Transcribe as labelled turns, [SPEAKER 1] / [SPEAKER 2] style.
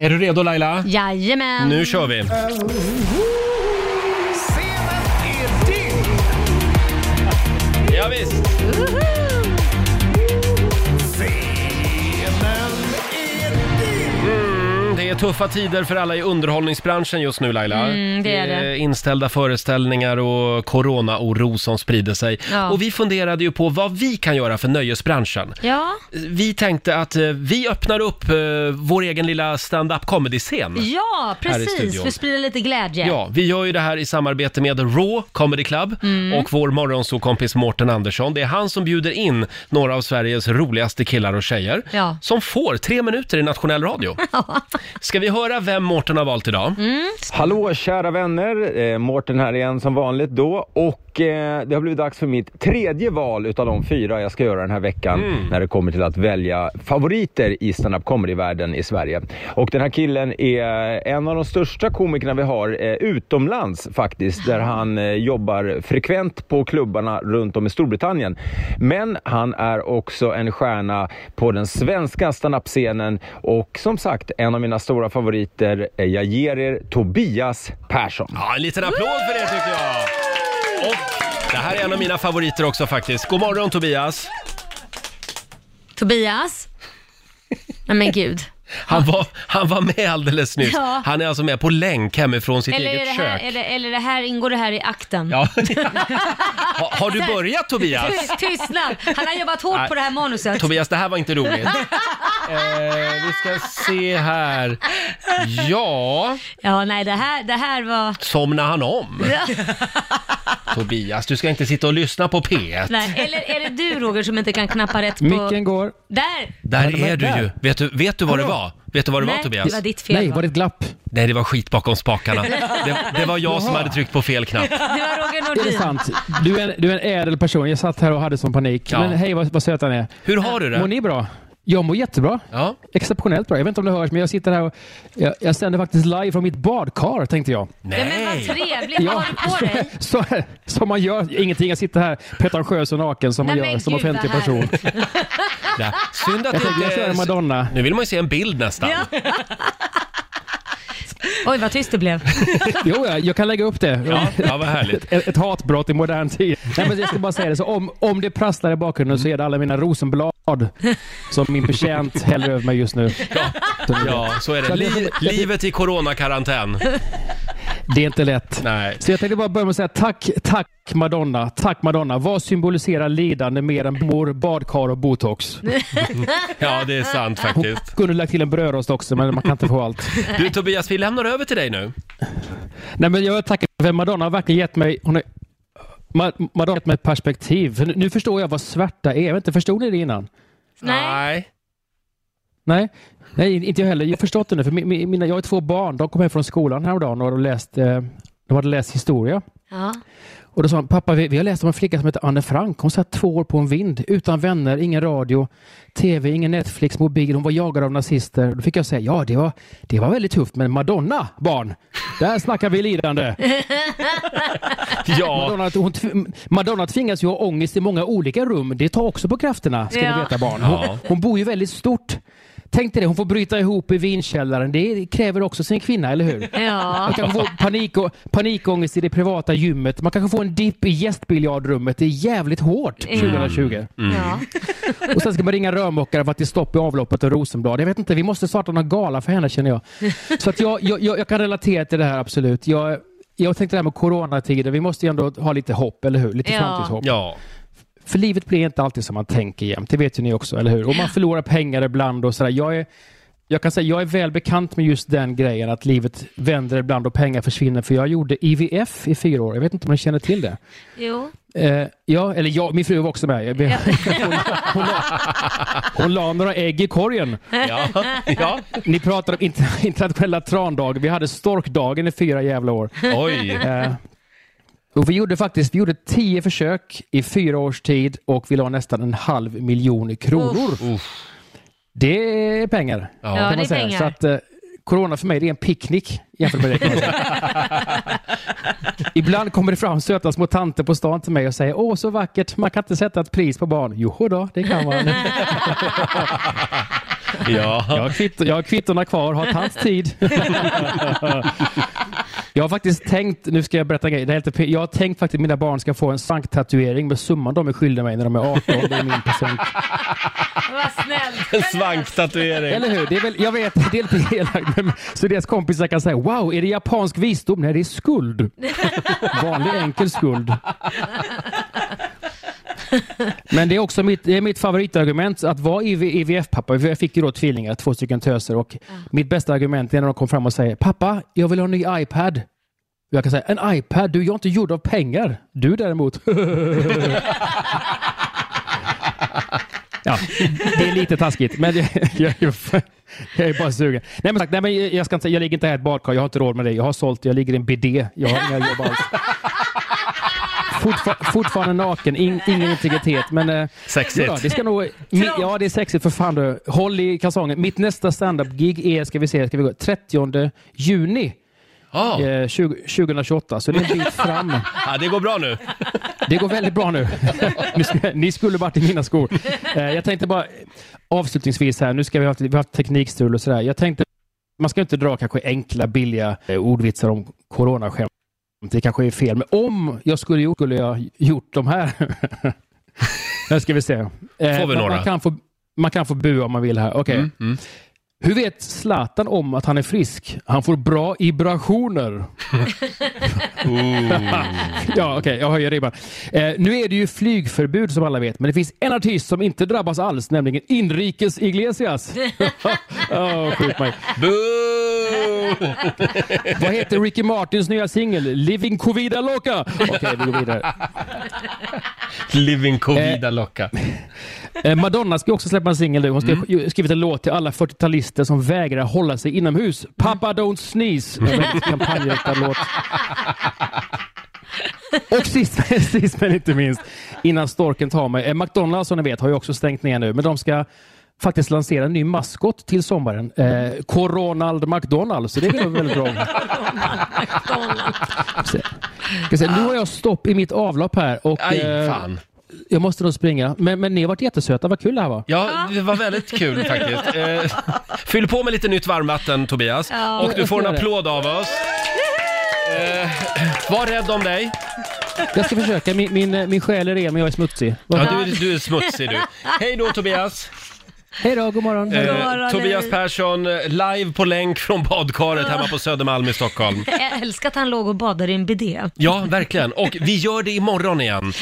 [SPEAKER 1] Är du redo Laila?
[SPEAKER 2] Jajamän.
[SPEAKER 1] Nu kör vi!
[SPEAKER 3] Scenen är din!
[SPEAKER 1] Ja, visst.
[SPEAKER 3] Scenen är din!
[SPEAKER 1] Mm, Det är tuffa tider för alla i underhållningsbranschen just nu Laila.
[SPEAKER 2] Mm, det är det.
[SPEAKER 1] är inställda föreställningar och corona-oro som sprider sig.
[SPEAKER 2] Ja.
[SPEAKER 1] Och vi funderade ju på vad vi kan göra för nöjesbranschen.
[SPEAKER 2] Ja.
[SPEAKER 1] Vi tänkte att eh, vi öppnar upp eh, vår egen lilla stand-up comedy-scen.
[SPEAKER 2] ja,
[SPEAKER 1] Här i studion.
[SPEAKER 2] precis. För att sprida lite glädje.
[SPEAKER 1] Ja, vi gör ju det här i samarbete med Raw Comedy Club
[SPEAKER 2] Mm.
[SPEAKER 1] och vår morgonsokompis Mårten Andersson. Det är han som bjuder in några av Sveriges roligaste killar och tjejer
[SPEAKER 2] Ja.
[SPEAKER 1] som får tre minuter i nationell radio. Ska vi höra vem Mårten har valt idag?
[SPEAKER 2] Mm.
[SPEAKER 4] Hallå kära vänner, eh, Mårten här igen som vanligt då och eh, det har blivit dags för mitt tredje val utav de fyra jag ska göra den här veckan när det kommer till att välja favoriter i stand-up comedy-världen i Sverige. Och den här killen är en av de största komikerna vi har eh, utomlands faktiskt där han eh, jobbar frekvent på klubbarna runt om i Storbritannien. Men han är också en stjärna på den svenska standup-scenen och som sagt en av mina stora favoriter. eh, Jag ger er Tobias Persson.
[SPEAKER 1] Ja, en liten applåd för det tycker jag! Och det här är en av mina favoriter också faktiskt. God morgon Tobias!
[SPEAKER 2] Tobias. Nej men gud.
[SPEAKER 1] Han var, han var med alldeles nyss.
[SPEAKER 2] Ja.
[SPEAKER 1] Han är alltså med på länk hemifrån sitt
[SPEAKER 2] Eller, är det
[SPEAKER 1] eget
[SPEAKER 2] här,
[SPEAKER 1] kök.
[SPEAKER 2] eller, eller det här, ingår det här i akten?
[SPEAKER 1] Ja. Ha, har du börjat Tobias?
[SPEAKER 2] Ty- Tystnad! Han har jobbat hårt på det här manuset.
[SPEAKER 1] Tobias, det här var inte roligt. eh, vi ska se här. Ja,
[SPEAKER 2] Ja, nej, det här, det här var...
[SPEAKER 1] somnar han om? Tobias, du ska inte sitta och lyssna på P1.
[SPEAKER 2] Nej. Eller är det du Roger som inte kan knappa rätt på...
[SPEAKER 5] Micken går.
[SPEAKER 2] Där!
[SPEAKER 1] Där
[SPEAKER 5] men
[SPEAKER 1] är du
[SPEAKER 5] där.
[SPEAKER 1] ju. Vet du, vet du vad det var? Vet du vad det var
[SPEAKER 2] nej,
[SPEAKER 1] Tobias?
[SPEAKER 2] det var ditt fel.
[SPEAKER 5] Nej,
[SPEAKER 2] va?
[SPEAKER 5] var det ett glapp?
[SPEAKER 1] Nej, det var skit bakom spakarna. Det, det var jag som
[SPEAKER 5] Jaha.
[SPEAKER 1] hade tryckt på fel knapp.
[SPEAKER 2] det var Roger
[SPEAKER 5] Är det
[SPEAKER 2] Nordin.
[SPEAKER 5] sant? Du är, en- du är en ädel person. Jag satt här och hade sån panik.
[SPEAKER 1] Ja.
[SPEAKER 5] Men hej vad, vad söt han är.
[SPEAKER 1] Hur har du
[SPEAKER 5] Mår
[SPEAKER 1] det?
[SPEAKER 5] ni bra? Jag mår jättebra.
[SPEAKER 1] Ja.
[SPEAKER 5] Exceptionellt bra. Jag vet inte om det hörs, men jag sitter här och jag, jag sänder faktiskt live från mitt badkar, tänkte jag.
[SPEAKER 2] Ja, men vad
[SPEAKER 1] Nej.
[SPEAKER 2] trevligt. Vad har du på dig?
[SPEAKER 5] Så, som man gör. Ingenting. Jag sitter här pretentiös och naken som man
[SPEAKER 2] Nej,
[SPEAKER 5] gör
[SPEAKER 2] men
[SPEAKER 5] som
[SPEAKER 2] gud,
[SPEAKER 5] offentlig
[SPEAKER 2] vad
[SPEAKER 5] person.
[SPEAKER 2] härligt.
[SPEAKER 1] Nej. Synd att
[SPEAKER 5] Jag tänkte jag
[SPEAKER 1] det
[SPEAKER 5] kör
[SPEAKER 1] inte...
[SPEAKER 5] Madonna.
[SPEAKER 1] Nu vill man ju se en bild nästan.
[SPEAKER 2] Ja. Oj, vad tyst det blev.
[SPEAKER 5] Jo, jag, jag kan lägga upp det.
[SPEAKER 1] Ja, ja vad härligt.
[SPEAKER 5] Ett, ett hatbrott i modern tid. Nej, men jag ska bara säga det. Så om, om det prasslar i bakgrunden så är det alla mina rosenblad som min betjänt häller över mig just nu.
[SPEAKER 1] Ja, så är det. Li- livet i coronakarantän.
[SPEAKER 5] Det är inte lätt.
[SPEAKER 1] Nej.
[SPEAKER 5] Så jag tänkte bara börja med att säga tack, tack Madonna, tack Madonna. Vad symboliserar lidande mer än mår, badkar och botox?
[SPEAKER 1] Ja, det är sant faktiskt.
[SPEAKER 5] Kunde lagt till en brödrost också, men man kan inte få allt.
[SPEAKER 1] Du Tobias, vi lämnar över till dig nu.
[SPEAKER 5] Nej, men jag tackar för Madonna har verkligen gett mig, hon är, Ma- Madonna har gett mig ett perspektiv. För nu, nu förstår jag vad svärta är. Jag vet inte, förstod ni det innan?
[SPEAKER 2] Nej.
[SPEAKER 5] Nej, nej inte jag heller. Jag har förstått det nu. För mi- mi- mina, jag har två barn. De kom hem från skolan häromdagen och hade läst, eh, de hade läst historia.
[SPEAKER 2] Ja.
[SPEAKER 5] Och då sa han, pappa vi, vi har läst om en flicka som heter Anne Frank. Hon satt två år på en vind utan vänner, ingen radio, tv, ingen Netflix, mobil. Hon var jagad av nazister. Då fick jag säga, ja det var, det var väldigt tufft men Madonna barn, där snackar vi lidande.
[SPEAKER 1] Ja,
[SPEAKER 5] Madonna, hon tv- Madonna tvingas ju ha ångest i många olika rum. Det tar också på krafterna, ska
[SPEAKER 2] Ja.
[SPEAKER 5] ni veta barn. Hon,
[SPEAKER 1] Ja.
[SPEAKER 5] hon bor ju väldigt stort. Tänk dig det, hon får bryta ihop i vinkällaren. Det kräver också sin kvinna, eller hur?
[SPEAKER 2] Ja.
[SPEAKER 5] Man kanske får panik och, panikångest i det privata gymmet. Man kanske får en dipp i gästbiljardrummet. Det är jävligt hårt
[SPEAKER 2] Ja.
[SPEAKER 5] 2020.
[SPEAKER 1] Mm.
[SPEAKER 2] ja.
[SPEAKER 5] Och sen ska man ringa rörmokare för att det är stopp i avloppet och Rosenblad. Jag vet inte, vi måste starta någon gala för henne känner jag. Så att jag, jag, jag, jag kan relatera till det här absolut. Jag, jag tänkte det här med coronatider, vi måste ju ändå ha lite hopp, eller hur? Lite
[SPEAKER 2] Ja.
[SPEAKER 5] framtidshopp.
[SPEAKER 1] ja.
[SPEAKER 5] För livet blir inte alltid som man tänker jämt, det vet ju ni också, eller hur? Och man förlorar pengar ibland och sådär. Jag är, jag kan säga, jag är väl bekant med just den grejen att livet vänder ibland och pengar försvinner. För jag gjorde IVF i fyra år. Jag vet inte om ni känner till det?
[SPEAKER 2] Jo.
[SPEAKER 5] Eh, ja, eller jag, min fru var också med. Jag, hon, hon, la, hon la några ägg i korgen.
[SPEAKER 1] ja. ja.
[SPEAKER 5] Ni pratar om inter, internationella trandagen. Vi hade storkdagen i fyra jävla år.
[SPEAKER 1] Oj.
[SPEAKER 5] Eh, och vi gjorde faktiskt vi gjorde tio försök i fyra års tid och vi la nästan en halv miljon kronor. Det är pengar.
[SPEAKER 2] Ja,
[SPEAKER 1] Ja.
[SPEAKER 2] det är
[SPEAKER 5] säga.
[SPEAKER 2] pengar.
[SPEAKER 5] Så att, eh, Corona för mig det är en picknick jämfört med det. kan man säga. Ibland kommer det fram söta små tanter på stan till mig och säger åh så vackert, man kan inte sätta ett pris på barn. Joho då, det kan man. Jag
[SPEAKER 1] Ja.
[SPEAKER 5] har, kvitto, jag har kvittorna kvar, har tagit tid. jag har faktiskt tänkt, nu ska jag berätta en grej, det är helt, jag har tänkt faktiskt att mina barn ska få en svanktatuering med summan de är skyldiga mig när de är 18. Det är min present.
[SPEAKER 2] Vad snällt.
[SPEAKER 1] En svanktatuering.
[SPEAKER 5] Eller hur? Det är väl, jag vet, det är lite elakt. men- Så deras kompisar kan säga wow, är det japansk visdom? Nej, det är skuld. Vanlig enkel skuld. Men det är också mitt, det är mitt favoritargument att vara IV, IVF-pappa. för Jag fick ju då tvillingar, två stycken töser. Och Mitt bästa argument är när de kom fram och säger pappa, jag vill ha en ny iPad. Jag kan säga en iPad, du jag är inte gjord av pengar. Du däremot. Ja, det är lite taskigt, men jag, jag, är ju- jag är bara sugen. Nej men, sagt, nej, men jag, jag ska inte, säga- jag ligger inte här i ett badkar, jag har inte råd med det. Jag har sålt, jag ligger i en bidé. Jag har inga jobb alls. Fortfar, fortfarande naken, in, ingen integritet. Men, eh,
[SPEAKER 1] Sexigt.
[SPEAKER 5] jodå, det ska nog, mi, ja, det är sexigt för fan du. Håll i kalsongen. Mitt nästa standup-gig är, ska vi se, ska vi gå, 30 juni
[SPEAKER 1] Ja,
[SPEAKER 5] eh, 20, 2028. Så det är en bit fram.
[SPEAKER 1] Ah. Ja, det går bra nu.
[SPEAKER 5] Det går väldigt bra nu. Ni skulle- Ni skulle varit i mina skor. Eh, Jag tänkte bara avslutningsvis här, nu ska vi ha, vi har haft teknikstrul och sådär. Jag tänkte, man ska inte dra kanske enkla, billiga eh, ordvitsar om coronaskämt. Det kanske är fel, men om jag skulle gjort, skulle jag gjort de här. Nu ska vi se. Eh,
[SPEAKER 1] vi
[SPEAKER 5] man-
[SPEAKER 1] några?
[SPEAKER 5] Man kan få, man kan få bua om man vill här. Okej.
[SPEAKER 1] Mm, mm.
[SPEAKER 5] Hur vet Zlatan om att han är frisk? Han får bra vibrationer. ja, okej, jag höjer ribban. Eh, nu är det ju flygförbud som alla vet, men det finns en artist som inte drabbas alls, nämligen Inrikes Iglesias. oh, skjut mig.
[SPEAKER 1] Boo!
[SPEAKER 5] Vad heter Ricky Martins nya singel? Living Covida Loca. Okej, vi går vidare.
[SPEAKER 1] Living Covida Locka.
[SPEAKER 5] Eh, Madonna ska också släppa en singel nu. Hon ska ju skrivit en låt till alla 40-talister som vägrar hålla sig inomhus. Papa don't sneeze. En väldigt kampanjriktad låt. Och sist, sist men inte minst, innan storken tar mig. Eh, McDonalds som ni vet har ju också stängt ner nu, men de ska faktiskt lansera en ny maskot till sommaren. Eh, Coronald McDonald, så det är väl väldigt bra. Så- ska se, Nu har jag stopp i mitt avlopp här och
[SPEAKER 1] Aj,
[SPEAKER 5] eh,
[SPEAKER 1] fan.
[SPEAKER 5] jag måste nog springa. Men, men ni har varit jättesöta, vad kul det här var.
[SPEAKER 1] Ja, det var väldigt kul faktiskt. Eh, Fyll på med lite nytt varmvatten, Tobias.
[SPEAKER 2] Ja.
[SPEAKER 1] Och du får en
[SPEAKER 5] Jag ska
[SPEAKER 1] applåd av oss. Eh, var rädd om dig.
[SPEAKER 5] Jag ska försöka. Min, eh, min, min själ är ren, men jag är smutsig. Vad-
[SPEAKER 1] Ja, du, du är smutsig du. Hej då Tobias!
[SPEAKER 5] Hej då, god morgon.
[SPEAKER 1] Eh,
[SPEAKER 2] morgon,
[SPEAKER 1] Tobias
[SPEAKER 2] hej.
[SPEAKER 1] Persson, eh, live på länk från badkaret hemma på Södermalm i Stockholm.
[SPEAKER 2] Jag älskar att han låg och badade i en bidé.
[SPEAKER 1] Ja, verkligen. Och vi gör det imorgon igen.